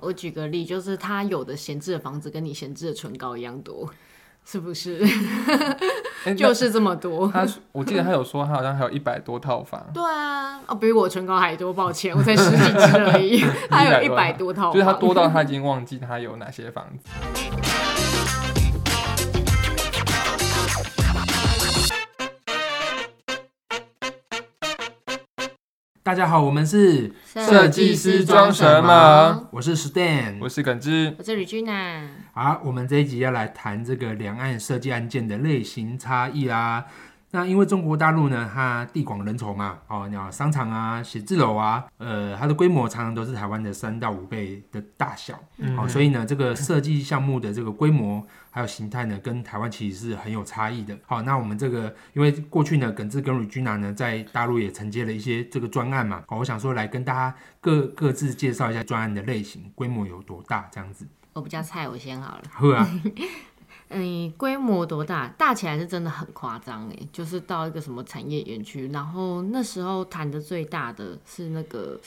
我举个例，就是他有的闲置的房子跟你闲置的唇膏一样多，是不是？ 哎就那是这么多。他，我记得他有说他好像还有一百多套房，对啊，哦，比我唇膏还多，抱歉，我才十几支而 已，他有一百多套，就是他多。到他已经忘记他有哪些房子。大家好，我们是，设计师装什么？我是 Stan 我。是耿志，我这里君娜，好，我们这一集要来谈这个两岸设计案件的类型差异啦。那因为中国大陆呢，它地广人稠嘛，哦，你要商场啊、写字楼啊，呃，它的规模常常都是台湾的三到五倍的大小，嗯哦，所以呢，这个设计项目的这个规模还有形态呢，跟台湾其实是很有差异的。好、那我们这个因为过去呢，耿志跟 Regina 呢在大陆也承接了一些这个专案嘛，哦好、我想说来跟大家各各自介绍一下专案的类型、规模有多大这样子。我比较菜，我先好了。好啊，嗯，规模多大？大起来是真的很夸张哎，就是到一个什么产业园区，然后那时候谈的最大的是那个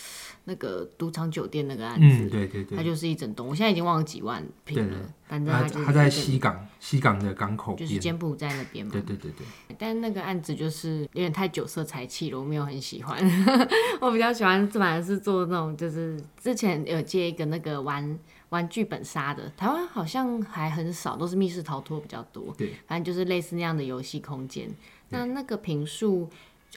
那个赌场酒店那个案嗯，子，对对对它。就是一整栋，我现在已经忘了几万平对了对，反正他它就是他在整西港，西港的港口就是边。柬埔寨那边嘛对，对对对，但那个案子就是有点太酒色财气了，我没有很喜欢。 我比较喜欢反而是做那种，就是之前有接一个那个玩玩剧本杀的，台湾好像还很少，都是密室逃脱比较多。对，反正就是类似那样的游戏空间。那那个平数。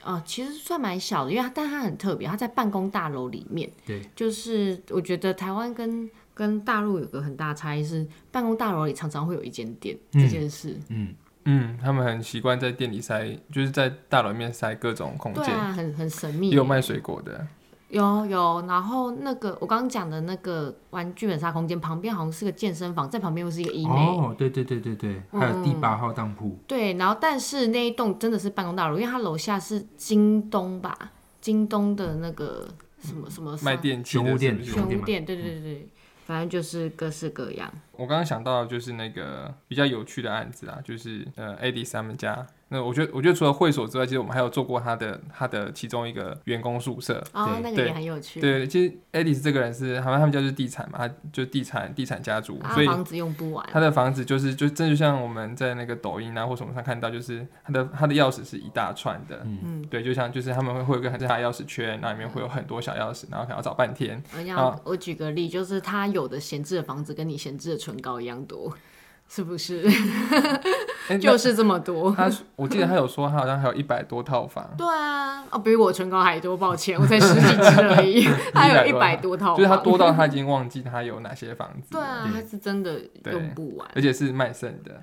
哦，其实算蛮小的，因为它但它很特别，它在办公大楼里面。对，就是我觉得台湾跟跟大陆有个很大差异是，办公大楼里常常会有一间店、这件事。嗯，嗯，他们很习惯在店里塞，就是在大楼里面塞各种空对间，啊，很很神秘也耶。有卖水果的。有有，然后那个我刚刚讲的那个玩剧本杀空间旁边好像是个健身房，在旁边又是一个嗯医美。哦，对对对对对，还有第八号当铺， 对，然后但是那一栋真的是办公大楼，因为它楼下是京东吧，京东的那个什么什么卖电器的玄武店是不是玄全武店屋嘛店，对对对对，反正就是各式各样。我刚刚想到的就是那个比较有趣的案子啦，就是呃 Adis 他们家。那我觉得，我觉得除了会所之外，其实我们还有做过他的他的其中一个员工宿舍。哦，对那个对也很有趣，对，其实 Adis 这个人是，好像他们家就是地产嘛，他就地产地产家族，啊所，以房子用不完。他的房子就是就真的就像我们在那个抖音啊或什么上看到，就是他的他的钥匙是一大串的，嗯，对，就像就是他们会会有一个很大的钥匙圈，那里面会有很多小钥匙，然后可能要找 半天，我啊想呃我举个例，就是他有的闲置的房子跟你闲置的唇膏一样多，是不 是？哎、那就是这么多。他我记得他有说他好像还有一百多套房，对啊，哦，比我唇膏还多，抱歉，我才十几支而 已，他有一百多套，就是他。多到他已经忘记他有哪些房 子对了，啊，他是真的用不完。而且是卖肾的，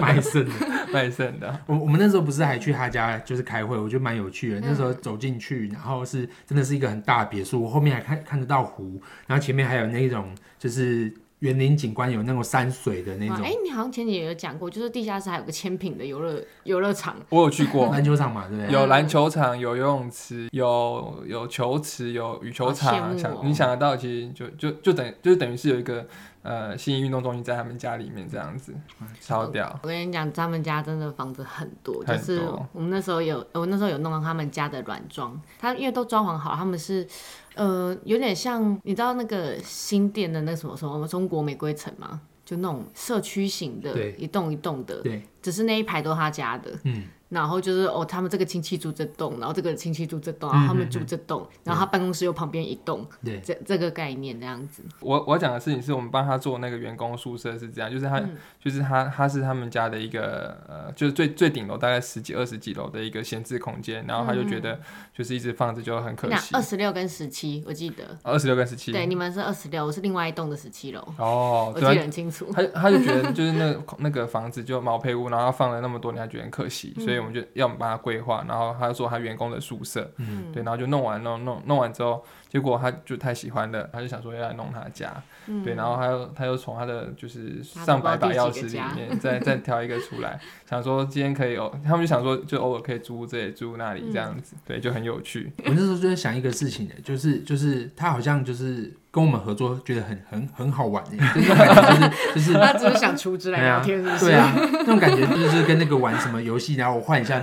卖肾的。卖肾的，我我们那时候不是还去他家就是开会，我觉得蛮有趣的。那时候嗯走进去，然后是真的是一个很大的别墅，我后面还看看得到湖，然后前面还有那种就是园林景观，有那种山水的那哇种哎、你好像前几年有讲过，就是地下室还有个千品的游乐游乐场，我有去过。篮球场嘛，对不对？有篮球场，有游泳池，有有球池，有羽球好羡场。啊慕哦想你想得到，其实就就就等就是等于是有一个呃新运动中心在他们家里面这样子，嗯超屌。我跟你讲，他们家真的房子很多，就很是多我们那时候有，我那时候有弄到他们家的软装，他因为都装潢好，他们是，呃，有点像你知道那个新店的那什么什么中国玫瑰城吗？就那种社区型的对，一栋一栋的，对，只是那一排都他家的，嗯，然后就是哦，他们这个亲戚住这栋，然后这个亲戚住这栋，然嗯后他们住这栋，然后他办公室又旁边一栋，对，这这个概念这样子，我我讲的事情是我们帮他做那个员工宿舍是这样，就是他、嗯就是他他是他们家的一个呃，就是最最顶楼大概十几二十几楼的一个闲置空间，然后他就觉得就是一直放着就很可嗯那惜二。十六跟十七，我记得，二十六跟十七，对，你们是二十六，我是另外一栋的十七楼，哦，我记对啊得很清 楚。他他就觉 得就是那个那个房子就毛坯屋，然后他放了那么多年，他觉得很可惜，所以我们就要我们帮他规划，然后他就说他员工的宿舍，嗯对，然后就弄完弄弄弄完之后，结果他就太喜欢了，他就想说要来弄他家，嗯对，然后他又他又从他的就是上百把钥匙里 面再再挑一个出来，想说今天可以偶，他们就想说就偶尔可以租这里租那里这样子，对，就很有趣，我那时候就在想一个事情的，就是就是他好像就是跟我们合作，觉得很很很好玩耶，就是那种感觉就是就是啊他只是想出资来聊天，是不是？对啊，那种感觉就是跟那个玩什么游戏，然后我换一下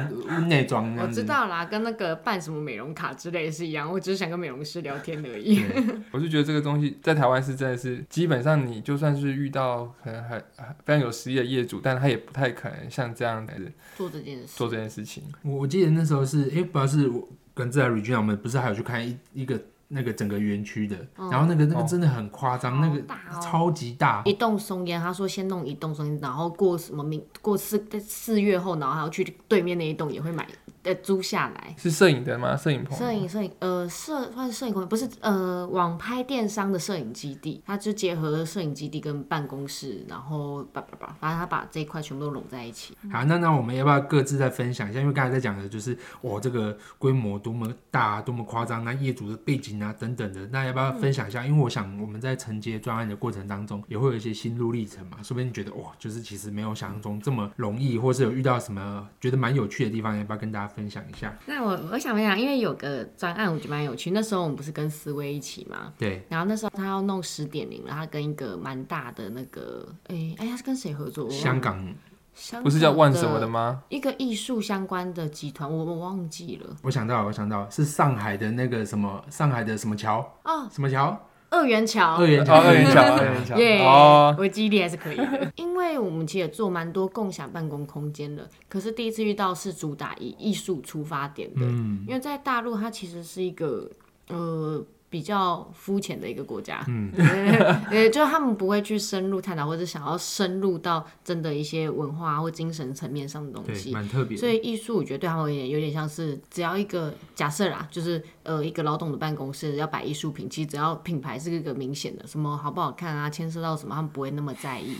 内装 这我样知子。嗯道啦，跟那个办什么美容卡之类是一样，我只是想跟美容师聊天而已。我就觉得这个东西在台湾是真的是，基本上你就算是遇到可能很很非常有实力的业主，但他也不太可能像这样子 做这件事，做这件事情。我我记得那时候是，哎、不知道是我跟自来瑞君，我们不是还有去看一一个那个整个园区的，然后那个那个哦真的很夸张，那个好大哦超级大，一栋松烟，他说先弄一栋松烟，然后过什么明过四四月后，然后还要去对面那一栋也会买呃租下来。是摄影的吗？摄影棚？摄影摄影呃摄算是摄影空间，不是呃网拍电商的摄影基地，它就结合了摄影基地跟办公室，然后叭叭叭，反正它把这一块全部都拢在一起。好，那那我们要不要各自再分享一下？因为刚才在讲的就是我这个规模多么大、啊多么夸张，那业主的背景啊等等的，那要不嗯要分享一下？因为我想我们在承接专案的过程当中，也会有一些心路历程嘛，说不定觉得哇，就是其实没有想象中这么容易，或是有遇到什么觉得蛮有趣的地方，要不要跟大家分享一下？ 那我我想分享，因为有个专案我觉得蛮有趣，那时候我们不是跟思威一起吗？对，然后那时候他要弄十点零了，他跟一个蛮大的那个，诶，哎，他是跟谁合作？我忘了香港，香港不是叫万什么的吗？一个艺术相关的集团，我我忘记了。我想到了，我想到了是上海的那个什么，上海的什么桥，哦，什么桥，二元桥，二元哦，桥，二元桥，二元桥。 耶、哦，我记忆力还是可以的。因为我们其实也做蛮多共享办公空间的，可是第一次遇到是主打以艺术出发点的，因为在大陆它其实是一个呃。比较肤浅的一个国家， 嗯，呃，就是他们不会去深入探讨，或者想要深入到真的一些文化或精神层面上的东西对，。蛮特别的，所以艺术，我觉得对他们而言有点像是，只要一个假设啦，就是呃一个老董的办公室要摆艺术品，其实只要品牌是一个明显的，什么好不好看啊，牵涉到什么，他们不会那么在意。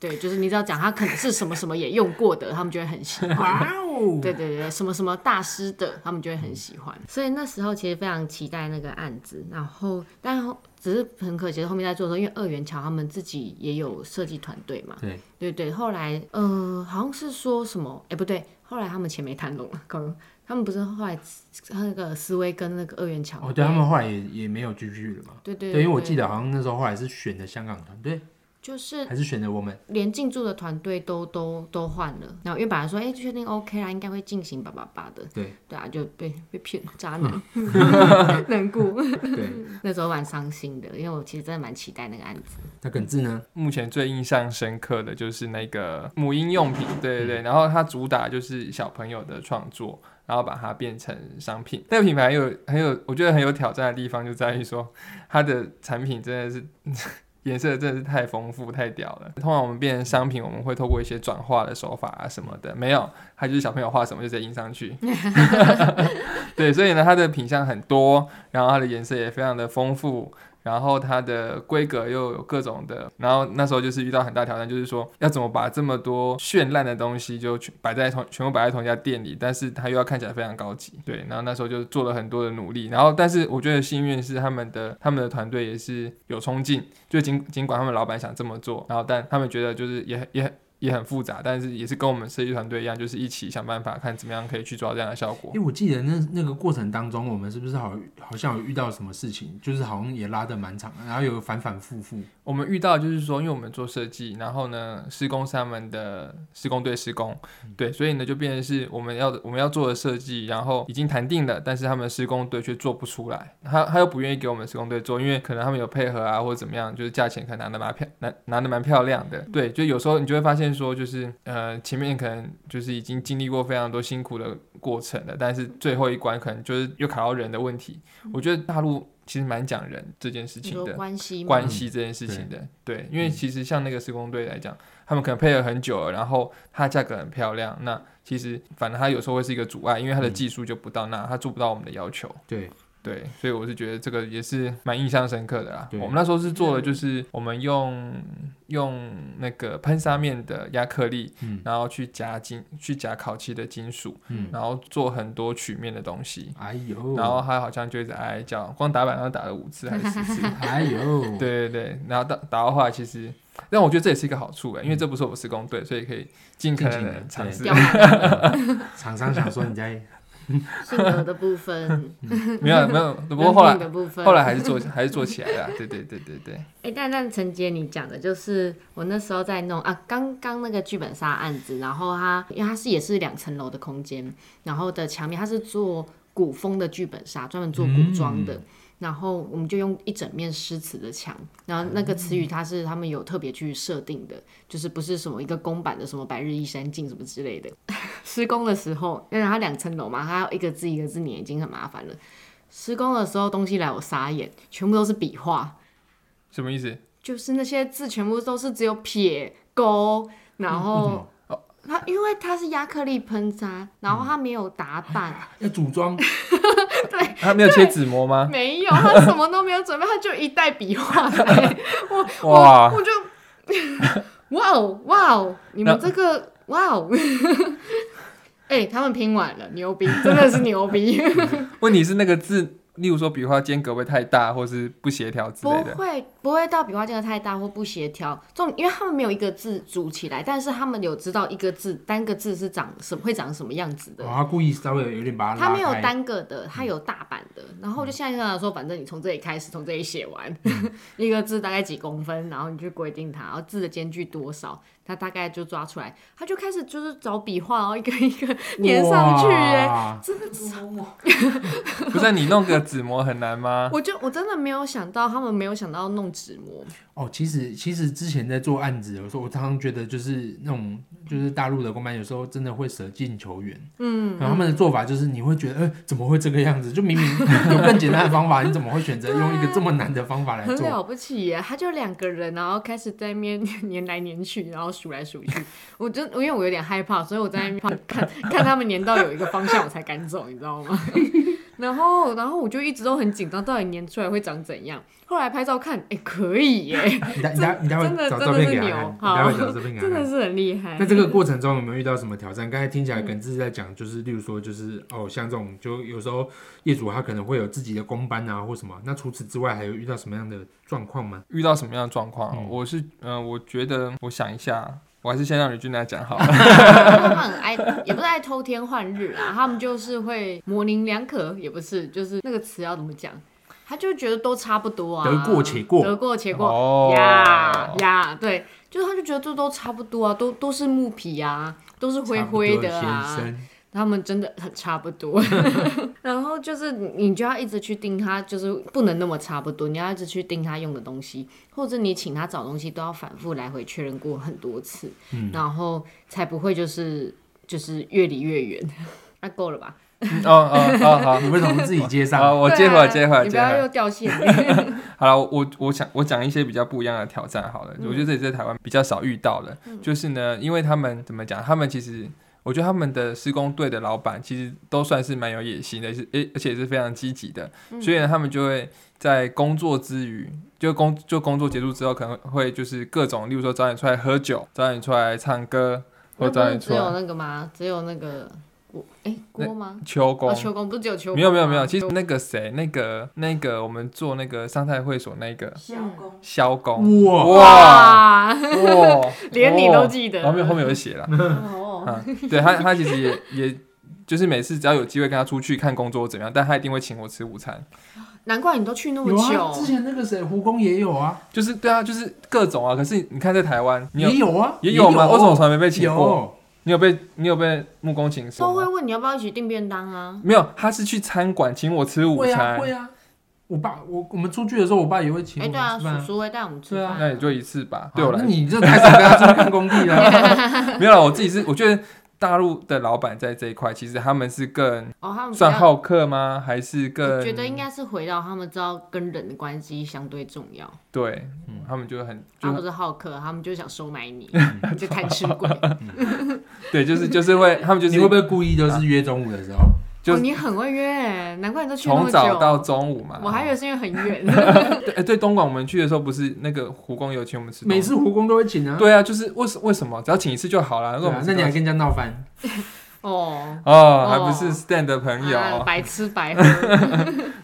对，就是你只要讲他可能是什么什么也用过的，他们就会很喜 欢。哇哦，对对对，什么什么大师的，他们就会很喜欢。嗯所以那时候其实非常期待那个案子，然后但后只是很可惜，后面在做的时候，因为二元桥他们自己也有设计团队嘛，对对对，后来呃好像是说什么，哎不对，后来他们钱没谈拢了，搞他们不是后来那个思维跟那个二元桥哦，对他们后来也也没有继续了嘛。对对对，因为我记得好像那时候后来是选的香港团队，就是还是选的我们，连进驻的团队都都都换了，然后因为本来说，哎、确定 OK 啦，应该会进行吧吧吧的， 对对啊，就被被骗，渣 男， 难过。对。 那时候蛮伤心的，因为我其实真的蛮期待那个案子。那耿志呢？目前最印象深刻的就是那个母婴用品，对对对，然后它主打就是小朋友的创作，然后把它变成商品。那个品牌有很有，我觉得很有挑战的地方就在于说，它的产品真的是 颜色真的是太丰富太屌了。通常我们变成商品，我们会透过一些转化的手法啊什么的，没有，它就是小朋友画什么就直接印上去。 对，所以呢，它的品相很多，然后它的颜色也非常的丰富，然后它的规格又有各种的，然后那时候就是遇到很大挑战，就是说要怎么把这么多绚烂的东西就全摆在同全部摆在同一家店里，但是它又要看起来非常高级，对，然后那时候就做了很多的努力，然后但是我觉得幸运是他们的他们的团队也是有冲劲，就尽尽管他们老板想这么做，然后但他们觉得就是也很也很。也很复杂，但是也是跟我们设计团队一样，就是一起想办法看怎么样可以去做到这样的效果因。为我记得那那个过程当中，我们是不是好好像有遇到什么事情，就是好像也拉得蛮长，然后有反反复复。我们遇到就是说，因为我们做设计，然后呢，施工是他们的施工队施工，对，所以呢就变成是我们要的我们要做的设计，然后已经谈定了，但是他们施工队却做不出来，他他又不愿意给我们施工队做，因为可能他们有配合啊或者怎么样，就是价钱可能拿的蛮漂拿拿的蛮漂亮嗯的，对，就有时候你就会发现说，就是呃前面可能就是已经经历过非常多辛苦的过程了，但是最后一关可能就是又卡到人的问题，我觉得大陆其实蛮讲人这件事嗯你情说的。关系吗？关系这件事情的。对，嗯因为其实像那个施工队来讲，他们可能配合很久了，然后它价格很漂亮，那其实反正它有时候会是一个阻碍，因为它的嗯技术就不到那，它做不到我们的要求。对，对，所以我是觉得这个也是蛮印象深刻的啦。对嗯我们那时候是做的就是我们用用那个喷砂面的亚克力，嗯然后去夹金去夹烤漆的金属，嗯然后做很多曲面的东西。哎呦， 然后他好像就一直哀哀叫，光打板上打了五次还是四次，哎嗯 呦，，对对对，然后打打到后来，其实，但我觉得这也是一个好处哎，因为这不是我们施工队，所以可以尽可能尽情的地尝试刁。难厂商想说你在性格的部分，没有没有， 不过后人品来的部分，后来还是做还是做起来了啊。对对对对对，哎、但但陈杰，你讲的就是我那时候在弄啊，刚刚那个剧本杀案子，然后它因为它是也是两层楼的空间，然后的墙面它是做古风的剧本杀，专门做古装的。然后我们就用一整面诗词的墙，然后那个词语它是他们有特别去设定的，就是不是什么一个公版的什么“百日依山尽”什么之类的。 施工的时候，因为它两层楼嘛，它要一个字一个字念已经很麻烦了。施工的时候东西来我傻眼，全部都是笔画，什么意思？就是那些字全部都是只有撇勾，然嗯后它因为它是亚克力喷砂，然后它没有打板，要组装，他啊没有切纸膜吗？没有，他什么都没有准备，他就一袋笔画来，我我哇我就，哇哦哇哦，你们这个哇哦， 哎、他们拼完了，牛逼，真的是牛逼，问题是那个字，例如说笔画间隔会太大，或是不协调之不类的。会不会到笔画间隔太大或不协调，重因为他们没有一个字组起来，但是他们有知道一个字单个字是长什会长什么样子的哦，。他故意稍微有点把它他拉没有开嗯单个的，他有大版的。然后我就现在跟他说，反正你从这里开始，从这里写完嗯 一个字大概几公分，然后你去规定它，然后字的间距多少，他大概就抓出来。他就开始就是找笔画，然后一个一个 粘上去、哎，哇真的不是你弄个纸膜很难吗？ 我就我真的没有想到，他们没有想到弄纸模，哦，其实其实之前在做案子，有时候我常常觉得就是那种就是大陆的公班，有时候真的会舍近求远。嗯，然后他们的做法就是你会觉得，呃，怎么会这个样子？就明明有更简单的方法，你怎么会选 择用一个这么难的方法来啊很做？了不起耶！他就两个人，然后开始在那边 粘来粘去，然后数来数去。我真因为我有点害怕，所以我在那边看看他们粘到有一个方向，我才敢走，你知道吗？ 然后，然后我就一直都很紧张，到底粘出来会长怎样？后来拍照看，哎、可以耶，你待你待你待真的会找真的照片是给他牛看，你好待会找照片给他 真的看。是很厉害那。这个过程中有没有遇到什么挑战？刚才听起来耿志在讲，就是例如说，就是哦，像这种，就有时候业主他可能会有自己的公班啊，或什么。那除此之外，还有遇到什么样的状况吗？遇到什么样的状况？嗯我是嗯、呃我觉得我想一下，我还是先让吕俊来讲 好了。他们很爱，也不是爱偷天换日啊，他们就是会模棱两可，也不是，就是那个词要怎么讲，他就觉得都差不多啊，得过且过得过且过， 哦呀呀，对，就是他就觉得这都差不多啊，都都是木皮啊，都是灰灰的差不多先啊，生。他们真的很差不 多。然后就是你你就要一直去盯他，就是不能那么差不多，你要一直去盯他用的东西，或者你请他找东西都要反复来回确认过很多次，嗯然后才不会就是就是越离越远。那、够了吧？嗯哦哦哦，好，你为什么啊不自己 接上？好，我对哦接回来，啊接回来，你不接回要来。又掉线。 好了，我我想我讲一些比较不一样的挑战好嗯了，我觉得这也是在台湾比较少遇到的，就是呢，因为他们怎么讲，他们其实。我觉得他们的施工队的老板其实都算是蛮有野心的，也是诶，而且也是非常积极的，嗯所以呢，他们就会在工作之余，就工就工作结束之后，可能会就是各种，例如说找你出来喝酒，找你出来唱歌，或 那找不你是出只有来那个吗？只有那个锅？哎、锅吗？秋工哦，，秋啊公不是只有秋公吗？没有没有没有，其实那个谁，那个那个我们做那个商泰会所那个小工，萧工，哇，哇哇，，哇 连你都记得哦然后面后面有写 了，哦，啊，对他他其实也也就是每次只要有机会跟他出去看工作怎么样，但他一定会请我吃午餐，难怪你都去那么有啊，之久。前那个谁，胡工也有啊，就是对啊，就是各种啊。可是你看在台湾，你有也有啊，也有吗？为什么我从来没被请过？有，你有被你有被木工请都过会吗？问你要不要一起订便当啊？没有，他是去餐馆请我吃午会啊餐，会啊。我爸，我我们出去的时候，我爸也会请哎、我对们啊，吃饭叔。叔会带我们吃对啊饭。那也就一次吧，啊对我来那说。你这太少跟他出去看工地啊 了。没有啦，我自己是我觉得大陆的老板在这一块，其实他们是更哦，他们比较算好客吗？还是我更觉得应该是回到他们知道跟人的关系相对重要，对，嗯他们就很他就不是好客，他们就想收买 你，就贪吃鬼。对，就是就是会他们就你是会不会故意就是约中午的时候？ 就哦，你很会约，难怪你都去那么从久。早到中午嘛。我还以为是因为很远， 对哎对东莞我们去的时候不是那个胡工有请我们吃东每西，次胡工都会请啊。对啊，就是为什为什么只要请一次就好了？对那我啊们，那吃你还东西跟人家闹翻？哦，哦，哦还不是 stand 的朋友，哦啊白吃白喝。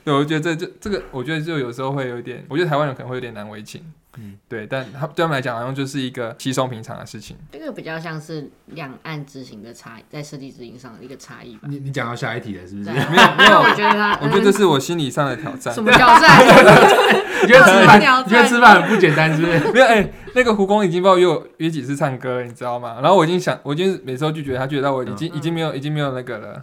对，我觉得这就这个，我觉得就有时候会有一点，我觉得台湾人可能会有点难为情，嗯对，但他对他们来讲好像就是一个稀松平常的事情。这个比较像是两岸执行的差，在设计执行上的一个差异吧。你你讲到下一题了是不是对？没有没有我觉得嗯他，我觉得这是我心理上的挑嗯战什。么挑战？ 你 觉得 吃饭，无聊你觉得吃饭很不简单 是不是？没有哎、那个胡工已经帮我约我约几次唱歌了，你知道吗？然后我已经想，我已经每次都拒绝他，拒绝到我已经、嗯已经没有已经没有那个了，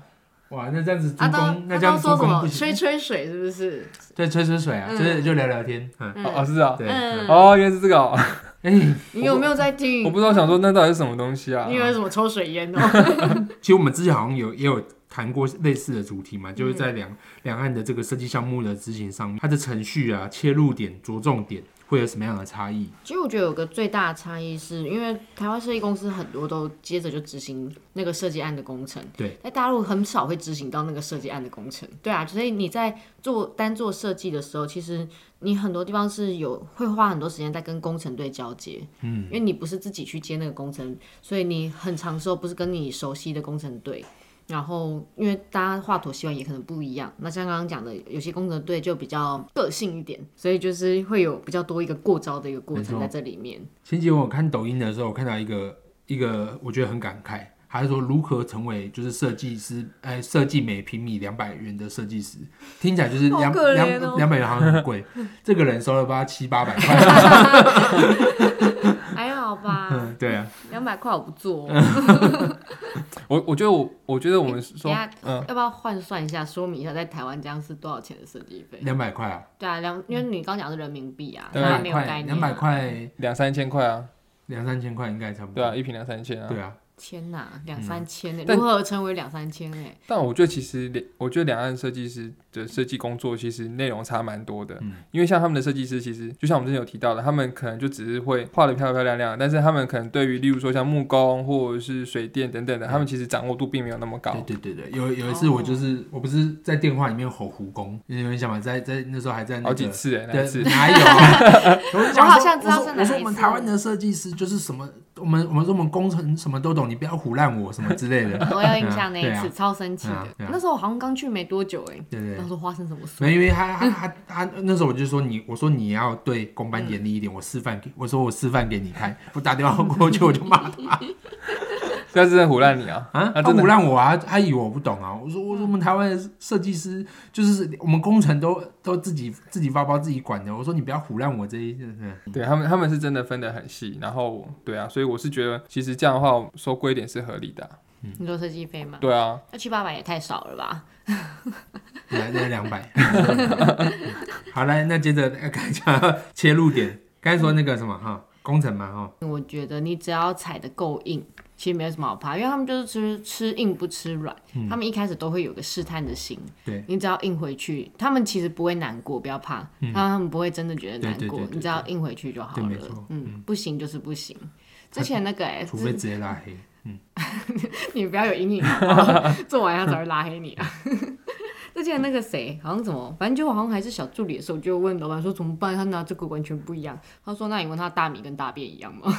哇，那这样子啊，珠都工，那他这样都珠说什工么不吹行，吹水是不是？对，吹吹水啊，嗯就是就聊聊天，嗯，嗯哦哦是啊，对，嗯哦原来是这个哦，哎，你有没有在我听？不知道想说那到底是什么东西啊你？以为什么抽水烟哦？其实我们之前好像有也有谈过类似的主题嘛，就是嗯在两两岸的这个设计项目的执行上面，它的程序啊、切入点、着重点会有什么样的差异？其实我觉得有个最大的差异是，因为台湾设计公司很多都接着就执行那个设计案的工程，对，在大陆很少会执行到那个设计案的工程，对啊，所以你在做单做设计的时候，其实你很多地方是有会花很多时间在跟工程队交接，嗯，因为你不是自己去接那个工程，所以你很长时候不是跟你熟悉的工程队。然后，因为大家画图习惯也可能不一样，那像刚刚讲的，有些工程队就比较个性一点，所以就是会有比较多一个过招的一个过没程错在这里面。前几天我看抖音的时候，我看到一个一个我觉得很感慨，他是说如何成为就是设计师，哎，设计每平米两百元的设计师，听起来就是好两可怜哦两两百元好像很贵， 这个人收了八七八百 块，还好吧，嗯对啊，两百块我不 做哦。嗯我我觉得我我觉得我们等说一下嗯要不要换算一下，说明一下在台湾这样是多少钱的设计费？两百块啊，对啊，两因为你刚讲的是人民币啊，对他啊还两没百有概块，念啊。两百块两三千块啊，两三千块应该差不对多，嗯啊，一瓶两三千啊。对啊，天哪，两嗯三千呢？但如何成为两三千欸呢？ 但我觉得其实两，我觉得两岸设计师的设计工作其实内容差蛮多的，嗯因为像他们的设计师，其实就像我们之前有提到的，他们可能就只是会画的漂漂亮亮，但是他们可能对于例如说像木工或者是水电等等的，他们其实掌握度并没有那么高。对对对对，有有一次我就是、哦我不是在电话里面吼胡工，你们想嘛，在在那时候还在、那个、好几次哎、那一对，次哪有？啊 我我好像知道是我哪说一我说我们次台湾的设计师就是什么，我们我们说我们工程什么都懂，你不要唬烂我什么之类的。我有印象那对一啊次，超生气对啊的。对啊那时候我好像刚去没多久哎，对对然后说发生什么事？没，因为他嗯他他他那时候我就说你，我说你要对公班严厉嗯一点，我示范给，我说我示范给你看，我打电话过去我就骂他下次在唬烂你啊！啊，他啊真的嗯唬烂我啊，他以为我不懂啊，我说我说我们台湾的设计师就是我们工程都都自己自己发包自己管的，我说你不要唬烂我这一， 嗯对他们，他们是真的分得很细，然后对啊，所以我是觉得其实这样的话收贵一点是合理的啊、嗯你说设计费吗？对啊，那七八百也太少了吧？来来两百。 好，来，那接着呃刚才讲切入点，刚才说那个什么哈，工程嘛哈，我觉得你只要踩的够硬，其实没有什么好怕，因为他们就是吃吃硬不吃软，他们一开始都会有个试探的心。嗯对，你只要硬回去，他们其实不会难过，不要怕，他他们不会真的觉得难过，嗯对对对对你只要硬回去就好对没了错。嗯，不行就是不行。之前那个哎、 除非直接拉黑。 你不要有 阴影好不好，做完他才会拉黑你啊。 之前那个谁，好像怎么，反正就好像还是小助理的时候，就问老板说怎么办？他拿这个完全不一样。他说：“那你问他大米跟大便一样 吗？”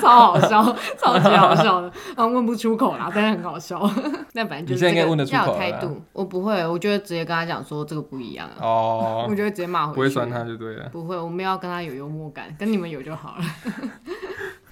超好笑，超级好笑的。然后问不出口啦，但是很好笑。 但反正就是、这你现在个应该问得出口了啦要有态度。我不会，我就会直接跟他讲说这个不一样啊，哦我，就会直接骂回去。不会酸他就对了。不会，我们要跟他有幽默感，跟你们有就好了。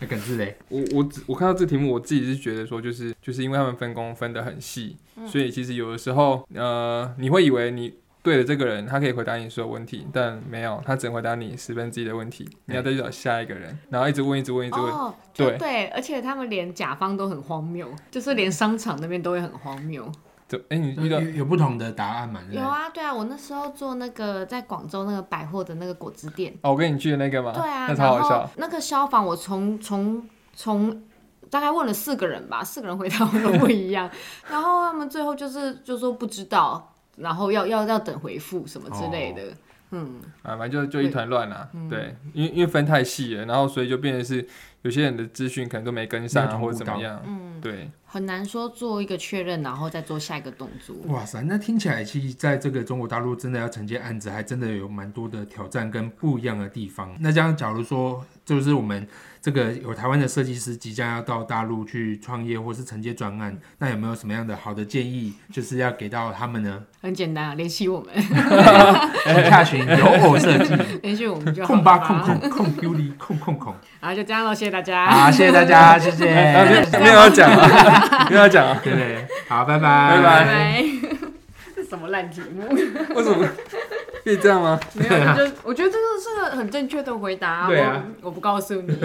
那耿志雷，我我只我看到这题目，我自己是觉得说，就是就是因为他们分工分得很细，所以其实有的时候，呃，你会以为你对了这个人，他可以回答你所有问题，但没有，他只能回答你十分之一的问题，你要再去找下一个人，然后一直问，一直问，一直问。哦，对就对，而且他们连甲方都很荒谬，就是连商场那边都会很荒谬。就哎、你有遇到有不同的答案嘛？对不有对？啊，对啊，我那时候做那个在广州那个百货的那个果汁店，哦，我跟你去的那个嘛，对啊，那然超好后笑。那个消防我从从从。大概问了四个人吧，四个人回答我都不一样，然后他们最后就是就说不知道，然后要要要等回复什么之类的，嗯，啊，反正就就一团乱啦。嗯对，因为因为分太细了，然后所以就变成是有些人的资讯可能都没跟上没啊，有或者同步怎么样。对，很难说做一个确认，然后再做下一个动作。哇塞，那听起来其实在这个中国大陆真的要承接案子，还真的有蛮多的挑战跟不一样的地方。那这样，假如说就是我们这个有台湾的设计师即将要到大陆去创业或是承接专案，那有没有什么样的好的建议，就是要给到他们 呢？很简单啊，联系我们，请洽询有偶设计，联系我们就好控了吧吧。控控控 U 里控控控。然后就这样喽，谢谢大家。好，谢谢大家，谢谢，啊，没有没有要讲啊，没有要讲啊， 对对，好，拜拜，拜拜拜拜。 这什么烂题目？为什么可以这样吗？没有，就我觉得这个是个很正确的回答。对啊我，我不告诉你。